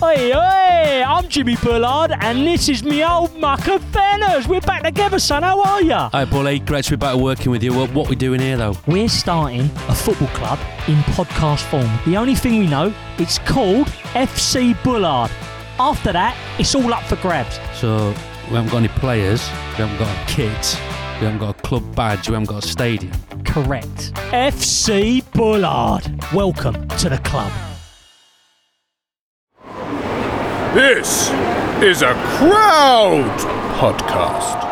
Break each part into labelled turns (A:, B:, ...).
A: Hey, hey, I'm Jimmy Bullard, and this is me old muck of Fenners. We're back together, son. How are ya?
B: Hi, Bully. Great to be back working with you. What, what we doing here, though?
A: We're starting a football club in podcast form. The only thing we know, it's called FC Bullard. After that, it's all up for grabs.
B: So, we haven't got any players, we haven't got kids, we haven't got a club badge, we haven't got a stadium.
A: Correct. FC Bullard. Welcome to the club.
C: This is a crowd podcast.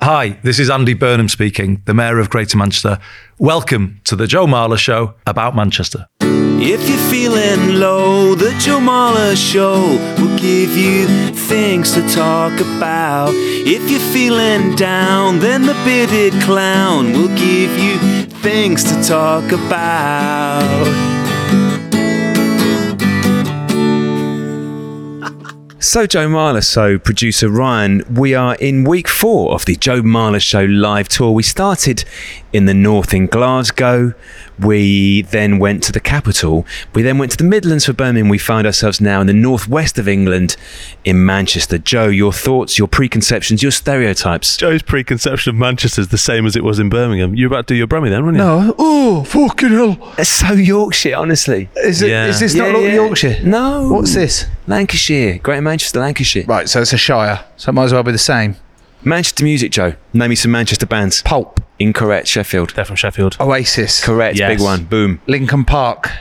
D: Hi, this is Andy Burnham speaking, the Mayor of Greater Manchester. Welcome to the Joe Marler Show about Manchester.
E: If you're feeling low, the Joe Marler Show will give you things to talk about. If you're feeling down, then the bearded clown will give you things to talk about.
F: So, Joe Marler, so producer Ryan, we are in week four of the Joe Marler Show live tour. We started in the north in Glasgow. We then went to the capital. We then went to the Midlands for Birmingham. We find ourselves now in the northwest of England in Manchester. Joe, your thoughts, your preconceptions, your stereotypes.
G: Joe's preconception of Manchester is the same as it was in Birmingham. You're about to do your Brummie then, weren't you?
D: No, oh, fucking hell.
F: It's so Yorkshire, honestly.
D: Is, it, is
G: Yeah.
D: this
F: Yeah,
D: not
F: yeah.
D: Yorkshire?
F: No.
D: What's this?
F: Lancashire, Greater Manchester, Lancashire.
D: Right, so it's a shire, so it might as well be the same.
F: Manchester music, Joe. Name me some Manchester bands.
D: Pulp,
F: Incorrect, Sheffield.
G: They're from Sheffield.
D: Oasis,
F: Correct,
G: Yes.
F: big one. Boom.
D: Lincoln Park.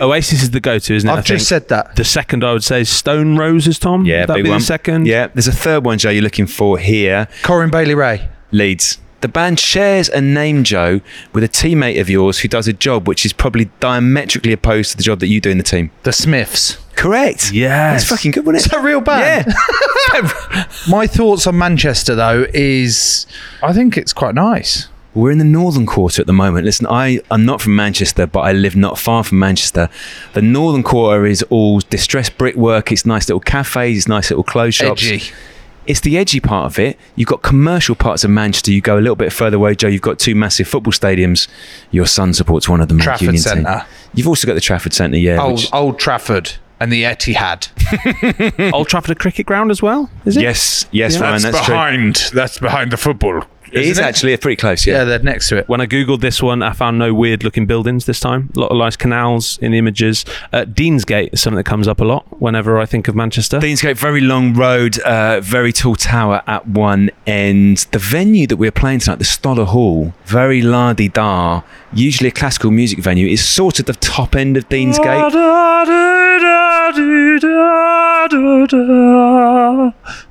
G: Oasis is the go-to, isn't it? I
D: I've just
G: think?
D: said that.
G: The second I would say is Stone Roses, Tom.
F: Yeah,
G: That'd
F: big
G: be
F: one.
G: the second.
F: Yeah, there's a third one, Joe. You're looking for here.
D: Corin Bailey Ray.
F: Leeds. The band shares a name, Joe, with a teammate of yours who does a job which is probably diametrically opposed to the job that you do in the team.
D: The Smiths.
F: Correct.
G: Yes.
F: That's fucking good, wasn't
D: It's
F: it?
D: a real band.
F: Yeah.
D: My thoughts on Manchester, though, is I think it's quite nice.
F: We're in the northern quarter at the moment. Listen, I, I'm not from Manchester, but I live not far from Manchester. The northern quarter is all distressed brickwork. It's nice little cafes. It's nice little clothes shops.
D: Edgy.
F: It's the edgy part of it. You've got commercial parts of Manchester. You go a little bit further away, Joe. You've got two massive football stadiums. Your son supports one of them.
D: Trafford
F: Union
D: Centre. Oh,
F: You've also got the Trafford Centre, yeah.
D: Old,
F: which-
D: Old Trafford and the Etihad.
G: Old Trafford a cricket ground as well, is it?
F: yes, yes,
G: Yeah.
F: Ryan, that's true.
C: That's behind the football.
F: It is actually a pretty close,
D: Yeah,
F: yeah.
D: they're next to it.
G: When I googled this one, I found no weird-looking buildings this time. A lot of nice canals in images. Uh, Deansgate is something that comes up a lot whenever I think of Manchester.
F: Deansgate, very long road, uh, very tall tower at one end. The venue that we're playing tonight, the Stoller Hall, very la-di-da, usually a classical music venue, is sort of the top end of Deansgate.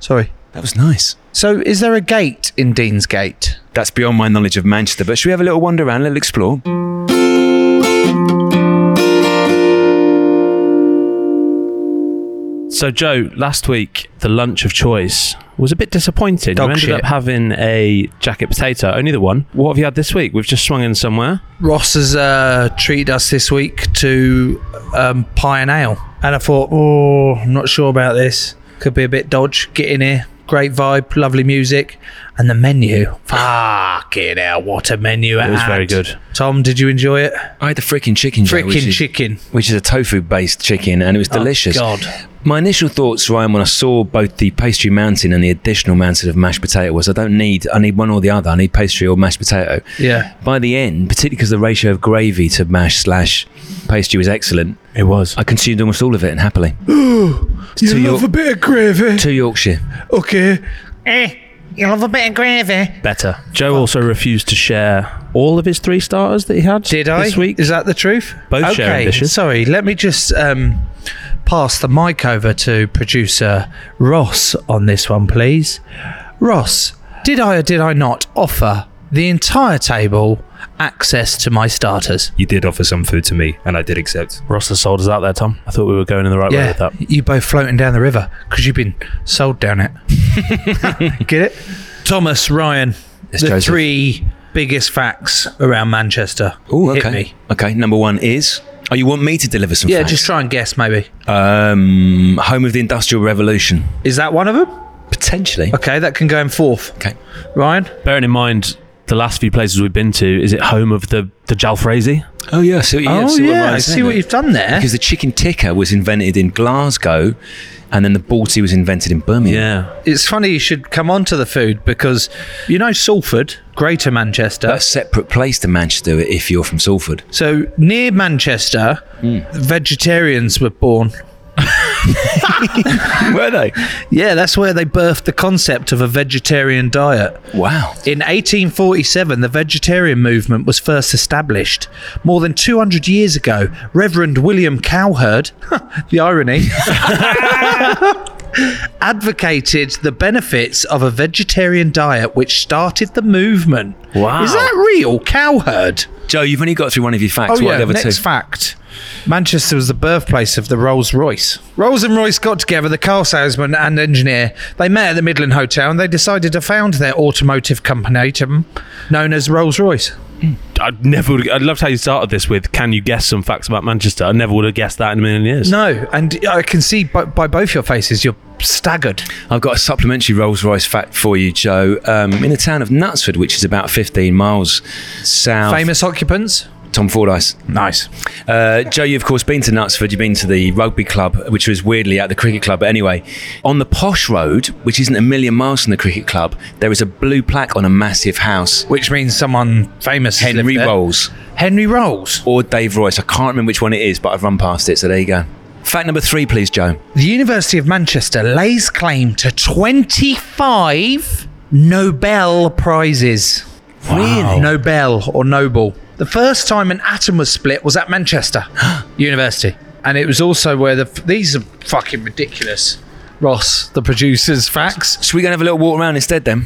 D: Sorry.
F: That was nice.
D: So, is there a gate in Deansgate?
F: That's beyond my knowledge of Manchester, but should we have a little wander around, a little explore?
G: So, Joe, last week the lunch of choice was a bit disappointing.
D: Dog
G: you ended
D: shit.
G: up having a jacket potato, only the one. What have you had this week? We've just swung in somewhere.
D: Ross has uh, treated us this week to um, pie and ale. And I thought, oh, I'm not sure about this. Could be a bit dodge. Get in here. Great vibe, lovely music. And the menu. Fucking hell, what a menu.
G: It was very good.
D: Tom, did you enjoy it?
F: I had the freaking chicken, Joe, which
D: Freaking
F: is-
D: chicken. Oh,
F: which is a tofu-based chicken, and it was delicious.
D: God.
F: My initial thoughts, Ryan, when I saw both the pastry mountain and the additional mountain of mashed potato was I don't need, I need one or the other. I need pastry or mashed potato.
D: Yeah.
F: By the end, particularly because the ratio of gravy to mash slash pastry was excellent,
G: It was.
F: I consumed almost all of it and happily.
D: You
F: To
D: love
F: York-
D: a bit of gravy.
F: to Yorkshire.
D: okay.
G: Better. Joe also refused to share all of his three starters that he had
D: Did I?
G: this week.
D: Is that the truth?
G: Both
D: okay.
G: sharing dishes.
D: Sorry, let me just um, pass the mic over to producer Ross on this one, please. Ross, did I or did I not offer the entire table access to my starters?
H: You did offer some food to me, and I did accept.
G: Ross has sold us out there, Tom. I thought we were going in the right way with
D: yeah,
G: that.
D: you both floating down the river because you've been sold down it. Get it? Thomas Ryan,
F: It's
D: the
F: Joseph.
D: three biggest facts around Manchester.
F: Ooh,
D: Hit
F: okay.
D: me.
F: Okay, number one is. Oh, you want me to deliver some
D: Yeah,
F: facts?
D: just try and guess. Maybe
F: Um, home of the Industrial Revolution.
D: is that one of them?
F: Potentially.
D: Okay, that can go in fourth.
F: Okay.
D: Ryan.
G: Bearing in mind, the last few places we've been to, is it home of the, the Jalfrezi?
F: Oh, yeah. See what, yeah,
D: oh
F: see what
D: yeah, I
F: Ryan's
D: see
F: saying
D: what
F: there.
D: you've done there.
F: Because the chicken tikka was invented in Glasgow and then the Balti was invented in Birmingham.
G: Yeah.
D: It's funny you should come on to the food because you know Salford, Greater Manchester.
F: That's a separate place to Manchester if you're from Salford.
D: so near Manchester,
F: Hmm.
D: vegetarians were born.
F: Were they?
D: Yeah, that's where they birthed the concept of a vegetarian diet.
F: Wow.
D: In 1847, the vegetarian movement was first established. More than 200 years ago, Reverend William Cowherd, the irony, advocated the benefits of a vegetarian diet, which started the movement.
G: Wow.
D: Is that real? Cowherd?
F: Joe, you've only got through one of your facts. what are the other
D: Oh, Next
F: two?
D: fact. Manchester was the birthplace of the Rolls Royce. Rolls and Royce got together, the car salesman and engineer. They met at the Midland Hotel and they decided to found their automotive company to- known as Rolls Royce.
G: I never would. I loved how you started this with, can you guess some facts about Manchester? I never would have guessed that in a million years.
D: No, and I can see by, by both your faces, you're staggered.
F: I've got a supplementary Rolls Royce fact for you, Joe. Um, in the town of Knutsford, which is about 15 miles south.
D: Famous occupants?
F: Tom Fordyce.
D: Nice.
F: Uh, Joe, you've of course been to Knutsford. You've been to the rugby club, which was weirdly at the cricket club. But anyway, on the posh road, which isn't a million miles from the cricket club, there is a blue plaque on a massive house.
D: Which means someone famous. has
F: Henry
D: lived there.
F: Rolls
D: Henry Rolls.
F: or Dave Royce. I can't remember which one it is, but I've run past it. So there you go. Fact number three, please, Joe.
D: The University of Manchester lays claim to 25 Nobel Prizes. Really? Nobel or Noble. The first time an atom was split was at Manchester University. And it was also where the. These are fucking ridiculous. Ross, the producer's facts.
F: Should we go and have a little walk around instead then?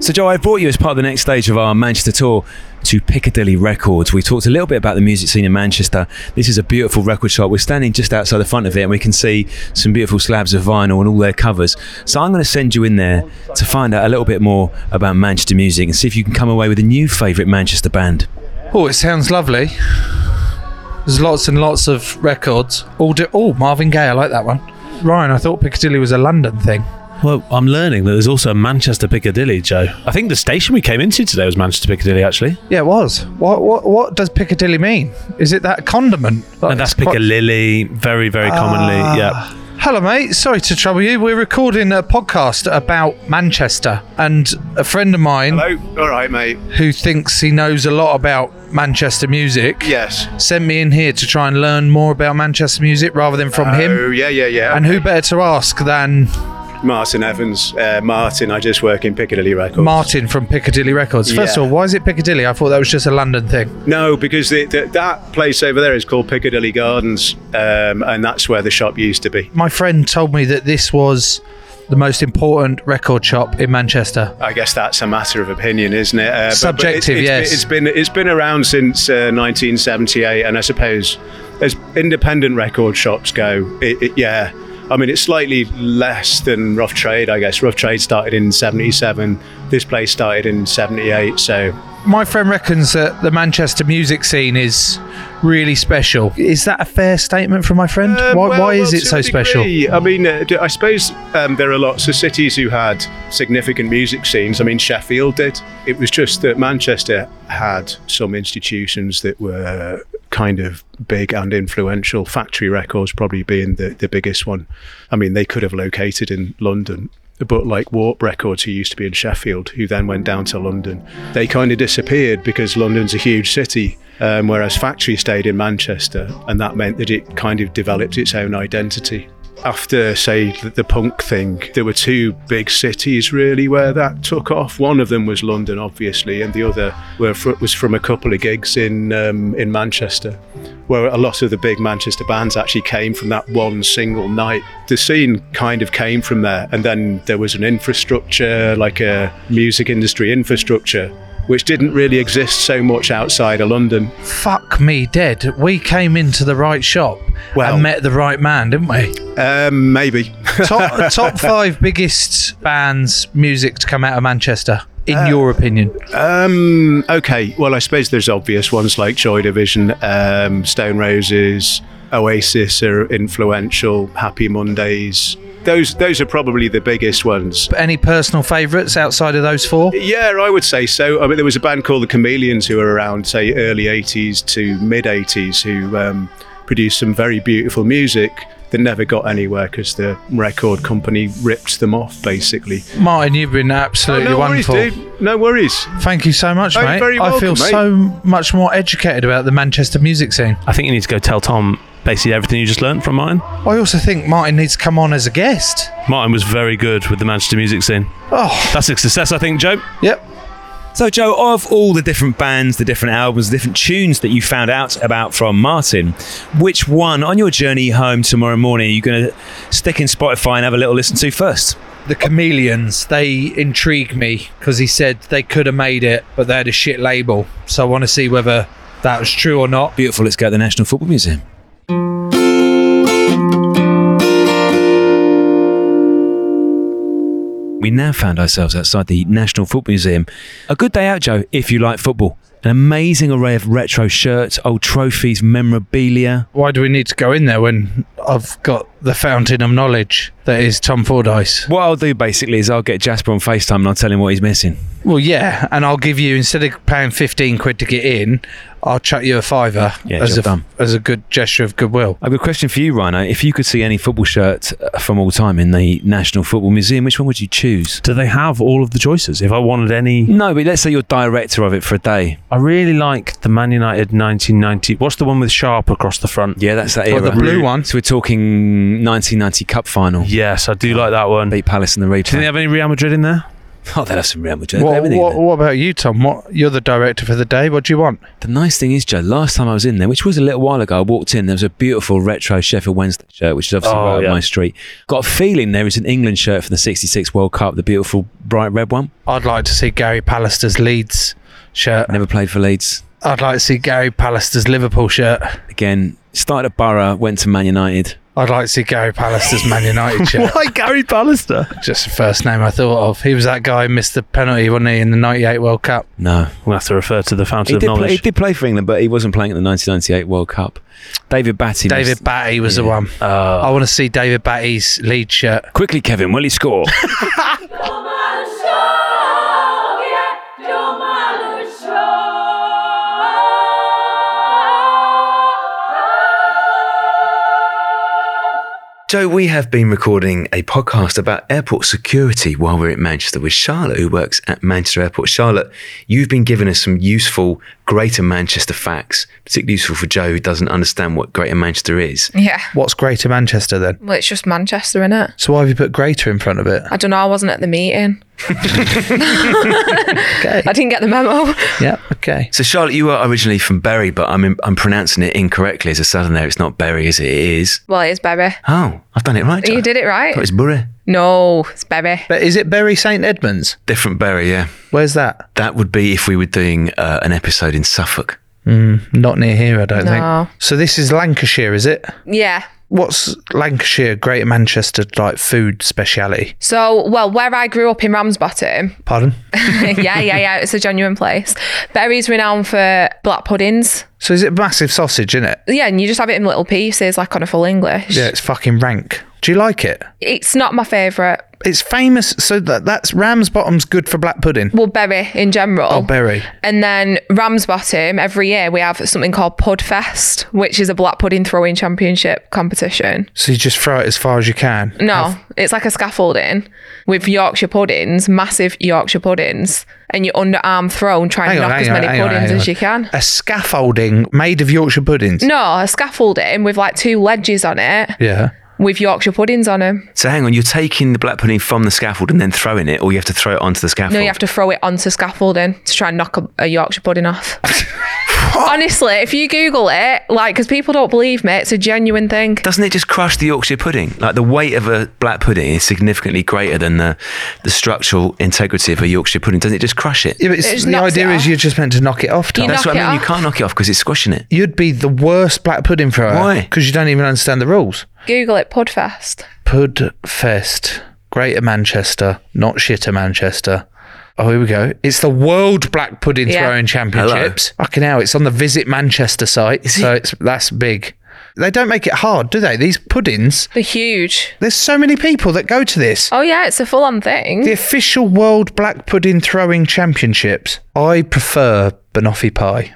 F: So, Joe, I brought you as part of the next stage of our Manchester tour to Piccadilly Records. We talked a little bit about the music scene in Manchester. This is a beautiful record shop. We're standing just outside the front of it and we can see some beautiful slabs of vinyl and all their covers. So, I'm going to send you in there to find out a little bit more about Manchester music and see if you can come away with a new favourite Manchester band.
D: Oh, it sounds lovely. There's lots and lots of records. All di- oh, Marvin Gaye, I like that one. Ryan, I thought Piccadilly was a London thing.
G: Well, I'm learning that there's also a Manchester Piccadilly, Joe. I think the station we came into today was Manchester Piccadilly, actually.
D: Yeah, it was. What what what does Piccadilly mean? Is it that condiment?
G: and that's
D: Like,
G: Piccadilly, very, very commonly.
D: Ah.
G: Yeah.
D: Hello, mate. Sorry to trouble you. We're recording a podcast about Manchester, and a friend of mine
H: Hello. All right, mate.
D: who thinks he knows a lot about Manchester music
H: Yes.
D: sent me in here to try and learn more about Manchester music rather than from
H: Oh,
D: him.
H: yeah, yeah, yeah.
D: And who better to ask than
H: Martin Evans. Uh, Martin, I just work in Piccadilly Records.
D: Martin from Piccadilly Records? First
H: Yeah.
D: of all, why is it Piccadilly? I thought that was just a London thing.
H: no, because the, the, that place over there is called Piccadilly Gardens, um, and that's where the shop used to be.
D: My friend told me that this was the most important record shop in Manchester.
H: I guess that's a matter of opinion, isn't it? Uh, but- but it's-
D: Subjective,
H: it's been-
D: yes.
H: It's been it's been around since uh, 1978, and I suppose as independent record shops go, it, it, yeah, I mean, it's slightly less than Rough Trade, I guess. Rough Trade started in 77. This place started in 78. So
D: My friend reckons that the Manchester music scene is really special. Is that a fair statement from my friend?
H: uh,
D: why, why is it so special?
H: I mean, uh, d- I suppose um, there are lots of cities who had significant music scenes. I mean, Sheffield did. It was just that Manchester had some institutions that were kind of big and influential. Factory Records probably being the, the biggest one. I mean, they could have located in London. But like Warp Records, who used to be in Sheffield, who then went down to London, they kind of disappeared because London's a huge city. Um, whereas Factory stayed in Manchester, and that meant that it kind of developed its own identity. After, say, the, the punk thing, there were two big cities really where that took off. One of them was London, obviously, and the other were fr- was from a couple of gigs in um, in Manchester, where a lot of the big Manchester bands actually came from that one single night. The scene kind of came from there, and then there was an infrastructure, like a music industry infrastructure, which didn't really exist so much outside of London.
D: Fuck me dead. We came into the right shop and met the right man, didn't we?
H: Um, maybe.
D: top, top five biggest bands, music to come out of Manchester, in your opinion.
H: Um, okay, well, I suppose there's obvious ones like Joy Division, um, Stone Roses, Oasis are influential, Happy Mondays. Those those are probably the biggest ones.
D: Any personal favourites outside of those four?
H: Yeah, I would say so. I mean, there was a band called the Chameleons who were around, say, early 80s to mid 80s, who um, produced some very beautiful music that never got anywhere because the record company ripped them off, basically.
D: Martin, you've been absolutely
H: no worries,
D: wonderful.
H: dude. No worries.
D: Thank you so much,
H: Oh, you're
D: mate.
H: very
D: I feel
H: welcome, mate.
D: so much more educated about the Manchester music scene.
G: I think you need to go tell Tom basically everything you just learned from Martin.
D: I also think Martin needs to come on as a guest.
G: Martin was very good with the Manchester music scene.
D: Oh,
G: That's a success, I think, Joe.
D: yep.
F: So, Joe, of all the different bands, the different albums, the different tunes that you found out about from Martin, which one on your journey home tomorrow morning are you going to stick in Spotify and have a little listen to first?
D: The Chameleons, they intrigue me because he said they could have made it, but they had a shit label. So I want to see whether that was true or not.
F: Beautiful, let's go to the National Football Museum. We now found ourselves outside the National Football Museum. A good day out, Joe, if you like football. An amazing array of retro shirts, old trophies, memorabilia.
D: Why do we need to go in there when I've got the fountain of knowledge that is Tom Fordyce?
F: What I'll do basically is I'll get Jasper on FaceTime and I'll tell him what he's missing.
D: Well, yeah, and I'll give you instead of paying fifteen quid to get in, I'll chuck you a fiver
F: Yeah,
D: as
F: job
D: a
F: done.
D: as a good gesture of goodwill.
F: I've got a question for you, Rhino. If you could see any football shirt uh, from all time in the National Football Museum, which one would you choose?
G: Do they have all of the choices? If I wanted any,
F: No, but let's say you're director of it for a day.
G: I really like the Man United 1990. What's the one with Sharp across the front?
F: Yeah, that's that
D: Well,
F: era.
D: the blue one.
F: So we're talking 1990 Cup final.
G: Yes, I do like that one. Do
F: Beat Palace in the
G: you think they
F: replay.
G: have any Real Madrid in there?
F: Oh, they have some Real Madrid.
D: What,
F: everything in
D: what,
F: there.
D: what about you, Tom? What you're the director for the day. What do you want?
F: The nice thing is, Joe, last time I was in there, which was a little while ago, I walked in, there was a beautiful retro Sheffield Wednesday shirt, which is obviously
G: Oh,
F: right
G: yeah.
F: up my street. Got a feeling there is an England shirt for the 66 World Cup, the beautiful bright red one.
D: I'd like to see Gary Pallister's Leeds shirt.
F: Never played for Leeds.
D: I'd like to see Gary Pallister's Liverpool shirt.
F: Again, started at Borough, went to Man United.
D: I'd like to see Gary Pallister's Man United shirt.
G: Why Gary Ballister?
D: Just the first name I thought of. He was that guy who missed the penalty, wasn't he, in the '98 World Cup?
F: No.
G: We'll have to refer to the fountain
F: He
G: of
F: did, play, he
G: knowledge.
F: did play for England, but he wasn't playing at the 1998 World Cup. David Batty.
D: David
F: missed-
D: Batty was the
F: yeah.
D: one. I want to see David Batty's Leeds shirt.
F: Quickly, Kevin, will he score? Joe, we have been recording a podcast about airport security while we're at Manchester with Charlotte, who works at Manchester Airport. Charlotte, you've been giving us some useful Greater Manchester facts, particularly useful for Joe, who doesn't understand what Greater Manchester is.
I: Yeah.
D: What's Greater Manchester then?
I: Well, it's just Manchester, innit?
D: So why have you put Greater in front of it?
I: I don't know. I wasn't at the meeting.
D: Okay.
I: I didn't get the memo.
D: yeah. Okay.
F: So, Charlotte, you are originally from Bury, but I'm, I'm pronouncing it incorrectly as a southerner. It's not Bury, is it? It is.
I: Well, it is Berry.
F: Oh, I've done it right. Joe.
I: You did it right.
F: Thought it's Bury.
I: No, it's Berry.
D: But is it Bury St Edmunds?
F: Different Bury, yeah.
D: Where's that?
F: That would be if we were doing uh, an episode in Suffolk.
D: Not near here, I don't
I: No.
D: think. So this is Lancashire, is it?
I: Yeah.
D: What's Lancashire, Greater Manchester, like food speciality?
I: So, well, where I grew up in Ramsbottom,
D: Pardon?
I: yeah, yeah, yeah, it's a genuine place. Berry's renowned for black puddings.
D: So is it massive sausage, isn't it?
I: Yeah, and you just have it in little pieces, like on a full English.
D: Yeah, it's fucking rank. Do you like it?
I: It's not my favourite.
D: It's famous. So that that's Ramsbottom's good for black pudding.
I: Well, berry in general.
D: Oh, berry.
I: And then Ramsbottom, every year we have something called Pudfest, which is a black pudding throwing championship competition.
D: So you just throw it as far as you can.
I: No, it's like a scaffolding with Yorkshire puddings, massive Yorkshire puddings, and your underarm thrown trying to knock as many puddings as you can.
D: A scaffolding made of Yorkshire puddings.
I: No, a scaffolding with like two ledges on it
D: Yeah.
I: with Yorkshire puddings on them.
F: So hang on, you're taking the black pudding from the scaffold and then throwing it, or you have to throw it onto the scaffold.
I: No, you have to throw it onto scaffolding to try and knock a, a Yorkshire pudding off. Honestly, if you Google it, like, because people don't believe me, it's a genuine thing.
F: Doesn't it just crush the Yorkshire pudding? Like the weight of a black pudding is significantly greater than the, the structural integrity of a Yorkshire pudding. Doesn't it just crush it?
D: Yeah, but it's, the idea is you're just meant to knock it off. Tom.
F: That's what I mean. You can't knock it off because it's squashing it.
D: You'd be the worst black pudding thrower. Why? Because you don't even understand the rules.
I: Google it, Pudfest.
D: Pudfest, Greater Manchester, not Shitter Manchester. Oh, here we go. It's the World Black Pudding
I: Yeah.
D: Throwing Championships. Fucking hell, it's on the Visit Manchester site, so it's that's big. They don't make it hard, do they? These puddings.
I: They're huge.
D: There's so many people that go to this.
I: Oh, yeah, it's a full on thing.
D: The official World Black Pudding Throwing Championships. I prefer banoffee pie.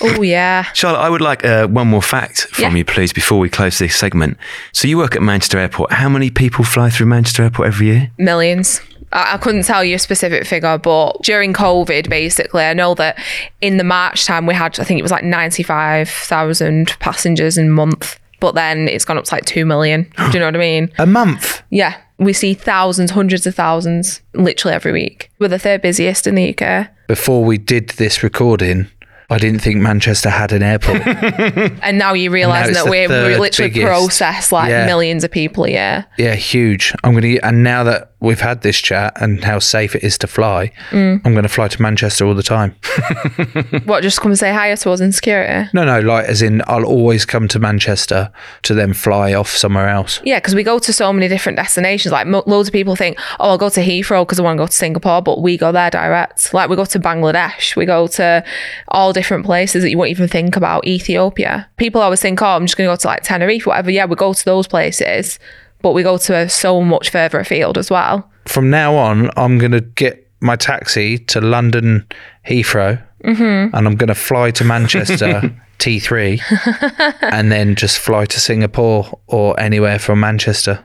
I: Oh, yeah.
F: Charlotte, I would like uh, one more fact from
I: Yeah.
F: you, please, before we close this segment. So you work at Manchester Airport. How many people fly through Manchester Airport every year?
I: Millions. I, I couldn't tell you a specific figure, but during COVID, basically, I know that in the March time we had, I think it was like 95,000 passengers in a month, but then it's gone up to like 2 million. Do you know what I mean?
D: A month.
I: Yeah. We see thousands, hundreds of thousands literally every week. We're the third busiest in the UK.
D: Before we did this recording, I didn't think Manchester had an airport.
I: And now you realise
D: it's
I: that
D: the
I: we're, we
D: third
I: literally
D: biggest.
I: process like
D: Yeah.
I: millions of people a year.
D: Yeah, huge. I'm going to, and now that we've had this chat and how safe it is to fly,
I: Mm.
D: I'm going to fly to Manchester all the time.
I: what, just come and say hi to us in security?
D: No, no, like as in, I'll always come to Manchester to then fly off somewhere else.
I: Yeah, because we go to so many different destinations. Like mo- loads of people think, oh, I'll go to Heathrow because I want to go to Singapore, but we go there direct. Like we go to Bangladesh, we go to all different places that you won't even think about. Ethiopia. People always think, oh, I'm just going to go to like Tenerife, whatever. Yeah, we go to those places, but we go to so much further afield as well.
D: From now on, I'm going to get my taxi to London Heathrow
I: hmm
D: and I'm going to fly to Manchester T3 and then just fly to Singapore or anywhere from Manchester.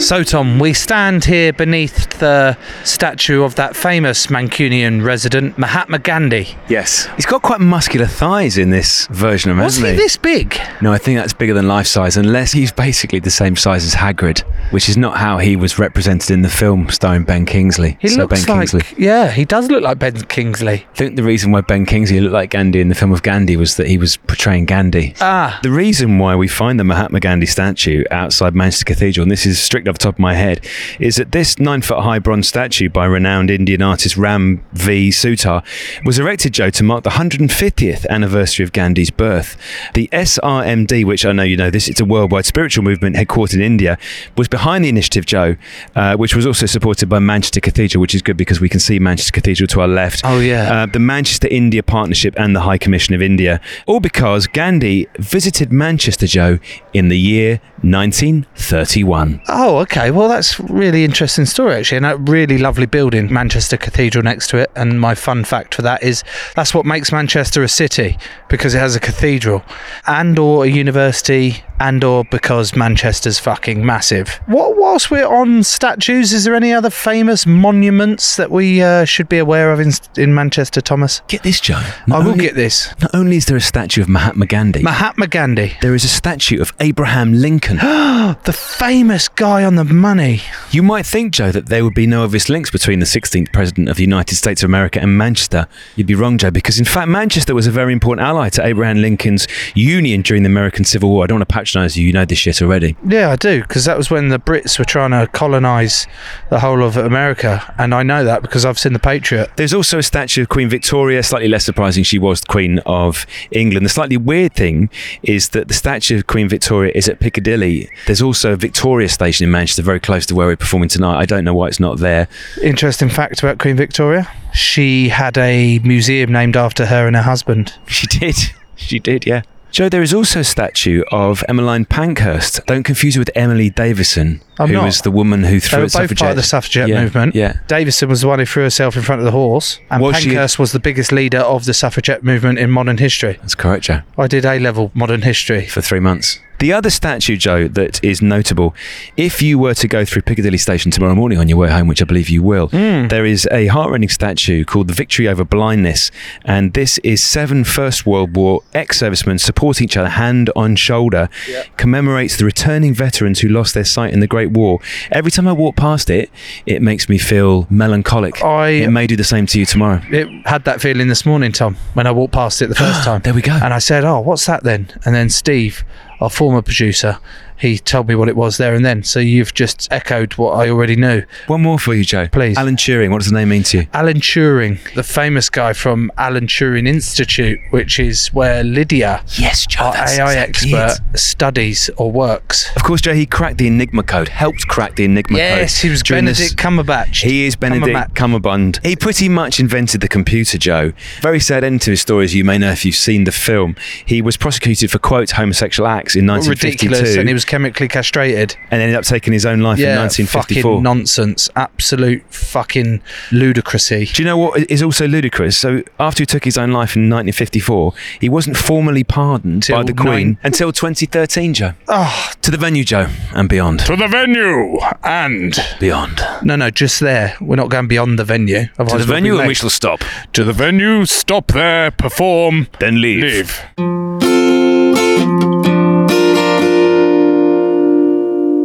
D: So, Tom, we stand here beneath the statue of that famous Mancunian resident, Mahatma Gandhi.
F: Yes. He's got quite muscular thighs in this version of him,
D: Was
F: hasn't
D: he this big?
F: No, I think that's bigger than life size, unless he's basically the same size as Hagrid, which is not how he was represented in the film starring Ben Kingsley.
D: He
F: so
D: looks
F: Ben
D: like-
F: Kingsley.
D: Yeah, he does look like Ben Kingsley.
F: I think the reason why Ben Kingsley looked like Gandhi in the film of Gandhi was that he was portraying Gandhi.
D: Ah.
F: The reason why we find the Mahatma Gandhi statue outside Manchester Cathedral, and this is strict off the top of my head, is that this nine foot high bronze statue by renowned Indian artist Ram V. Sutar was erected, Joe, to mark the 150th anniversary of Gandhi's birth. The SRMD, which I know you know this, it's a worldwide spiritual movement headquartered in India, was behind the initiative, Joe, uh, which was also supported by Manchester Cathedral, which is good because we can see Manchester Cathedral to our left. Oh, yeah. Uh, the Manchester India Partnership and the High Commission of India. All because Gandhi visited Manchester, Joe, in the year 1931.
D: Oh, okay. Well, that's really interesting story actually, and a really lovely building, Manchester Cathedral next to it. And my fun fact for that is that's what makes Manchester a city because it has a cathedral and or a university and or because Manchester's fucking massive. What whilst we're on statues, is there any other famous monuments that we uh, should be aware of in, in Manchester, Thomas?
F: Get this, Joe.
D: I will get this.
F: Not only is there a statue of Mahatma Gandhi,
D: Mahatma Gandhi.
F: There is a statue of Abraham Lincoln.
D: the famous guy on the money.
F: You might think, Joe, that there would be no obvious links between the 16th President of the United States of America and Manchester. You'd be wrong, Joe, because in fact, Manchester was a very important ally to Abraham Lincoln's Union during the American Civil War. I don't want to patronise you, you know this shit already.
D: Yeah, I do, because that was when the Brits were trying to colonise the whole of America, and I know that because I've seen The Patriot.
F: There's also a statue of Queen Victoria. Slightly less surprising, she was Queen of England. The slightly weird thing is that the statue of Queen Victoria is at Piccadilly. There's also a Victoria Station in Manchester, very close to where we're performing tonight. I don't know why it's not there.
D: Interesting fact about Queen Victoria: she had a museum named after her and her husband.
F: She did. She did, yeah. Joe, there is also a statue of Emmeline Pankhurst. Don't confuse her with Emily Davison,
D: I'm
F: who
D: not.
F: was the woman who threw
D: they were
F: at
D: both part of the suffragette movement.
F: Yeah.
D: Davison was the one who threw herself in front of the horse, and
F: Was she-
D: Pankhurst was the biggest leader of the suffragette movement in modern history.
F: That's correct, Joe.
D: I did A level modern history.
F: for three months. The other statue, Joe, that is notable, if you were to go through Piccadilly Station tomorrow morning on your way home, which I believe you will,
D: Hmm.
F: there is a heartrending statue called the Victory Over Blindness. And this is seven First World War ex servicemen supporting each other hand on shoulder, commemorates the returning veterans who lost their sight in the Great War. Every time I walk past it, it makes me feel melancholic.
D: I-
F: it may do the same to you tomorrow.
D: It had that feeling this morning, Tom, when I walked past it the first time.
F: There we go.
D: And I said, "Oh, what's that then?" And then Steve, our former producer, he told me what it was there and then. So you've just echoed what I already knew.
F: One more for you, Joe.
D: Please.
F: Alan Turing, what does the name mean to you?
D: Alan Turing, the famous guy from Alan Turing Institute, which is where Lydia,
F: yes,
D: our
F: that's
D: AI
F: exactly
D: expert, studies or works.
F: Of course, Joe, he cracked the Enigma code, helped crack the Enigma code.
D: Yes, he was
F: during this-
D: Benedict Cumberbatch.
F: He is Benedict Cumberbund. He pretty much invented the computer, Joe. Very sad end to his story, as you may know if you've seen the film. He was prosecuted for, quote, homosexual acts in 1952.
D: Ridiculous, and he was chemically castrated.
F: and ended up taking his own life in
D: yeah,
F: 1954.
D: fucking nonsense, absolute fucking ludicrousy.
F: Do you know what is also ludicrous? So after he took his own life in 1954, he wasn't formally pardoned by
D: Till
F: the Queen
D: nine-
F: until 2013, Joe.
D: Oh,
F: To the venue, Joe, and beyond.
C: To the venue and
F: beyond.
D: no, no, just there. We're not going beyond the venue.
F: To
D: Otherwise
F: the
D: we'll be
F: venue, and
D: late.
F: we shall stop.
C: To the venue, stop there, perform,
F: then leave.
C: Leave.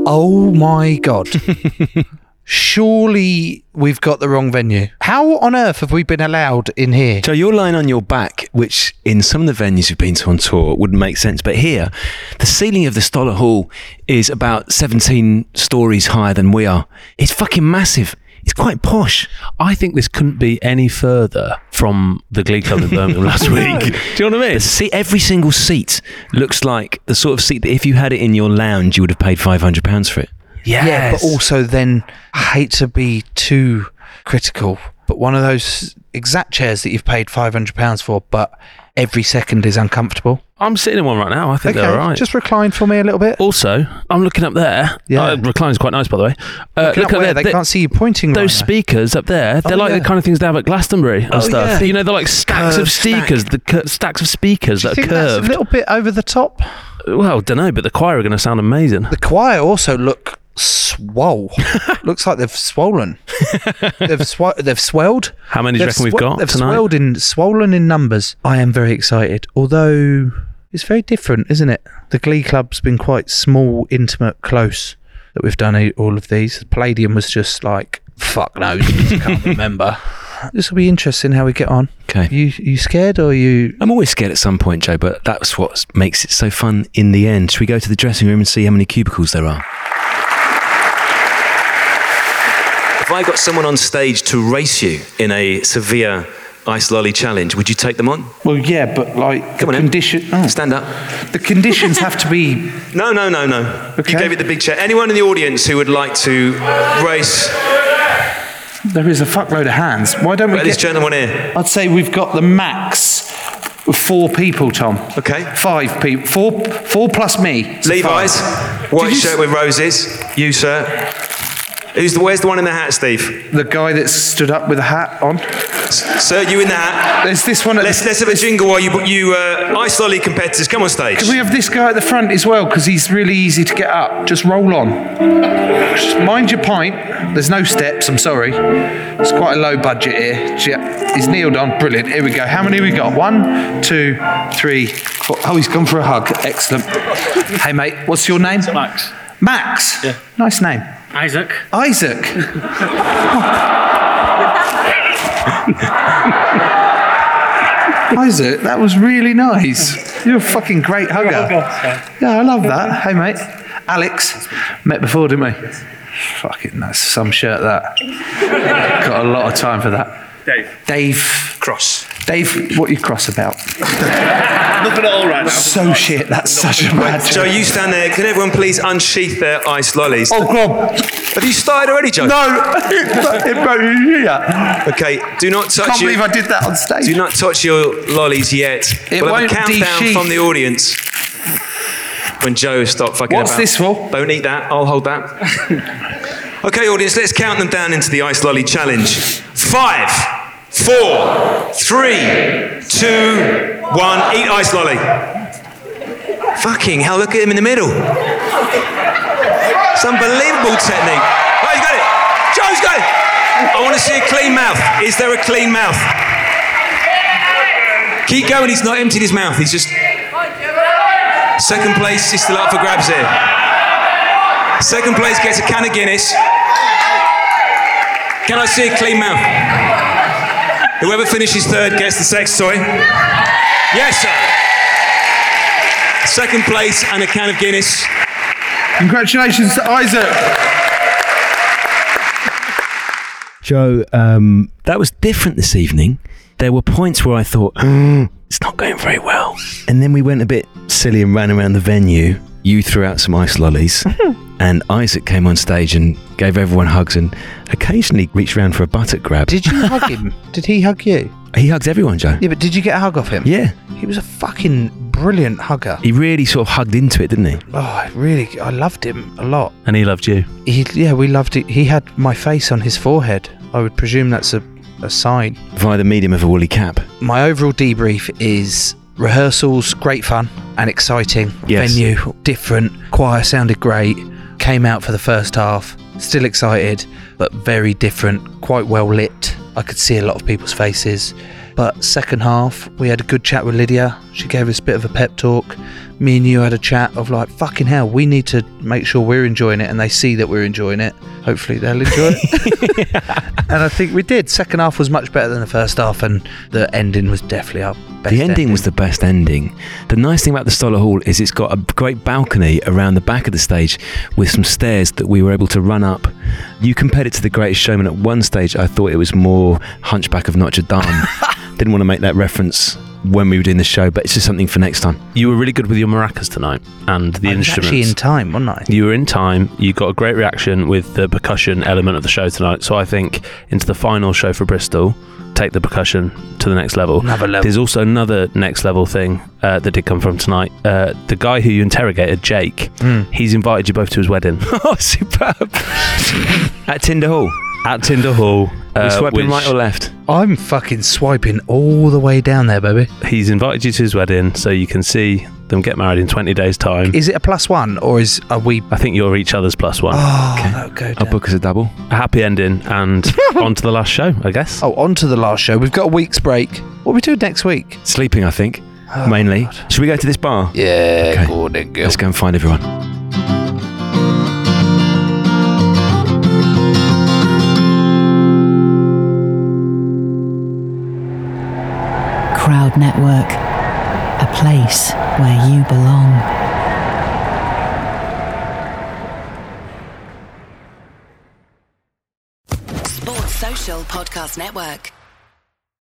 D: Oh my god. Surely we've got the wrong venue. How on earth have we been allowed in here?
F: Joe, you're lying on your back, which in some of the venues we've been to on tour wouldn't make sense. But here, the ceiling of the Stoller Hall is about 17 stories higher than we are. It's fucking massive. It's quite posh.
G: I think this couldn't be any further from the Glee Club in Birmingham last week. Do you know what I mean?
F: See, every single seat looks like the sort of seat that if you had it in your lounge, you would have paid £500 for it.
D: Yeah, but also then I hate to be too critical, but one of those exact chairs that you've paid five hundred pounds for, but every second is uncomfortable.
G: I'm sitting in one right now. I think they're all right.
D: just recline for me a little bit.
G: also, I'm looking up there.
D: Yeah.
G: uh, recline's quite nice, by the way. Uh,
D: Looking up
G: up
D: where they can't see you pointing.
G: Those
D: Rhino.
G: speakers up there, they're
D: Oh,
G: like
D: yeah.
G: the kind of things they have at Glastonbury and
D: Oh,
G: stuff.
D: yeah.
G: You know, they're like stacks
D: Curved
G: of speakers, the cur- stacks of speakers
D: Do you
G: that are
D: think that's a
G: curved.
D: little bit over the top?
G: well, don't know, but the choir are going to sound amazing.
D: The choir also look swole. Looks like they've swollen. they've sw- they've swelled.
G: How many do you
D: They've
G: reckon we've
D: swe-
G: got
D: They've
G: tonight?
D: swelled in swollen in numbers. I am very excited, although it's very different, isn't it? The Glee Club's been quite small, intimate, close that we've done a- all of these. The Palladium was just like fuck knows, can't remember. This will be interesting how we get on.
F: Okay.
D: You you scared or you?
F: I'm always scared at some point, Joe, but that's what makes it so fun in the end. Should we go to the dressing room and see how many cubicles there are? If I got someone on stage to race you in a severe ice lolly challenge, would you take them on?
D: Well, yeah, but like
F: Come on,
D: condition. oh.
F: Stand up.
D: The conditions have to be
F: No, no, no, no. You gave it the big chair. Anyone in the audience who would like to race
D: There is a fuckload of hands. Why don't we
F: Right,
D: get
F: this gentleman here?
D: I'd say we've got the max of four people, Tom.
F: Okay.
D: Five people. Four, four plus me. so
F: Levi's,
D: five.
F: white
D: Did you
F: shirt
D: s-
F: with roses. You, sir. Who's the, where's the one in the hat, Steve?
D: The guy that's stood up with a hat on.
F: Sir, you in the hat?
D: There's this one.
F: Let's, let's have a jingle while you you uh, ice lolly competitors come on stage.
D: Can we have this guy at the front as well? Because he's really easy to get up. Just roll on. Just mind your pint. There's no steps. I'm sorry. It's quite a low budget here. Ju- He's kneeled on. Brilliant. Here we go. How many we got? One, two, three, four. Oh, he's gone for a hug. Excellent. hey, mate. What's your name? Max. Max. Yeah. Nice name. Isaac. Isaac. Isaac, that was really nice. You're a fucking great hugger. Yeah, I love that. Hey, mate. Alex, met before, didn't we? Fucking that's some shirt that. Got a lot of time for that. Dave. Dave. Cross. Dave, what you cross about?
H: Nothing at all right now.
D: So shit, that's such a bad
F: Joe,
D: joke.
F: you stand there. Can everyone please unsheath their ice lollies?
D: Oh, God.
F: Have you started already, Joe?
D: No, it broke your ear.
F: Okay, do not touch.
D: Can't
F: your-
D: believe I did that on stage.
F: Do not touch your lollies yet.
D: It
F: we'll
D: won't
F: have a countdown
D: de-sheath.
F: from the audience. When Joe stopped fucking
D: What's
F: about.
D: this for?
F: Don't eat that. I'll hold that. okay, audience, let's count them down into the ice lolly challenge. Five, four, three, two, one. Eat ice lolly. Fucking hell! Look at him in the middle. It's unbelievable technique. Oh, he's got it. Joe's got it. I want to see a clean mouth. Is there a clean mouth? Keep going. He's not emptied his mouth. He's just. Second place is still up for grabs here. Second place gets a can of Guinness. Can I see a clean mouth? Whoever finishes third gets the sex toy. Yes, sir. Second place and a can of Guinness.
D: Congratulations to Isaac.
F: Joe, um, that was different this evening. There were points where I thought, "Mm, it's not going very well. And then we went a bit silly and ran around the venue. You threw out some ice lollies, and Isaac came on stage and gave everyone hugs and occasionally reached around for a buttock grab.
D: Did you hug him? Did he hug you?
F: He hugs everyone, Joe.
D: Yeah, but did you get a hug off him?
F: Yeah.
D: He was a fucking brilliant hugger.
F: He really sort of hugged into it, didn't he?
D: Oh, I really, I loved him a lot.
G: And he loved you.
D: He, yeah, we loved it. He had my face on his forehead. I would presume that's a, a sign.
F: Via the medium of a woolly cap.
D: My overall debrief is rehearsals, great fun and exciting.
F: Yes.
D: Venue, different. Choir sounded great. Came out for the first half, still excited, but very different. Quite well lit. I could see a lot of people's faces. But second half, we had a good chat with Lydia. She gave us a bit of a pep talk. Me and you had a chat of like, fucking hell, we need to make sure we're enjoying it and they see that we're enjoying it. Hopefully they'll enjoy it. and I think we did. Second half was much better than the first half, and the ending was definitely our best.
F: the ending, was the best ending. The nice thing about the Stoller Hall is it's got a great balcony around the back of the stage with some stairs that we were able to run up. You compared it to The Greatest Showman at one stage. I thought it was more Hunchback of Notre Dame. Didn't want to make that reference when we were doing the show, but it's just something for next time.
G: You were really good with your maracas tonight and the
D: I was
G: instruments.
D: actually in time, wasn't I?
G: you were in time. You got a great reaction with the percussion element of the show tonight. So I think into the final show for Bristol, take the percussion to the next level.
D: Another
F: Um,
D: level.
G: There's also another next level thing uh, that did come from tonight. Uh, the guy who you interrogated, Jake, he's invited you both to his wedding
F: Hmm. oh, superb. at Tinder Hall.
G: at Tinder Hall.
F: we
G: uh,
F: swiping
G: which-
F: right or left?
D: I'm fucking swiping all the way down there, baby.
G: He's invited you to his wedding so you can see them get married in 20 days' time.
D: Is it a plus one or is are we?
G: I think you're each other's plus one.
D: Oh, that'll go
F: I'll
D: down.
F: book as a double.
G: A happy ending and on to the last show, I guess.
D: Oh, on to the last show. We've got a week's break. What are we doing next week?
F: Sleeping, I think,
D: Oh,
F: mainly. Should we go to this bar?
D: Yeah,
F: Okay.
D: Gordon, go.
F: Let's go and find everyone.
J: Crowd Network, a place where you belong.
K: Sports Social Podcast Network.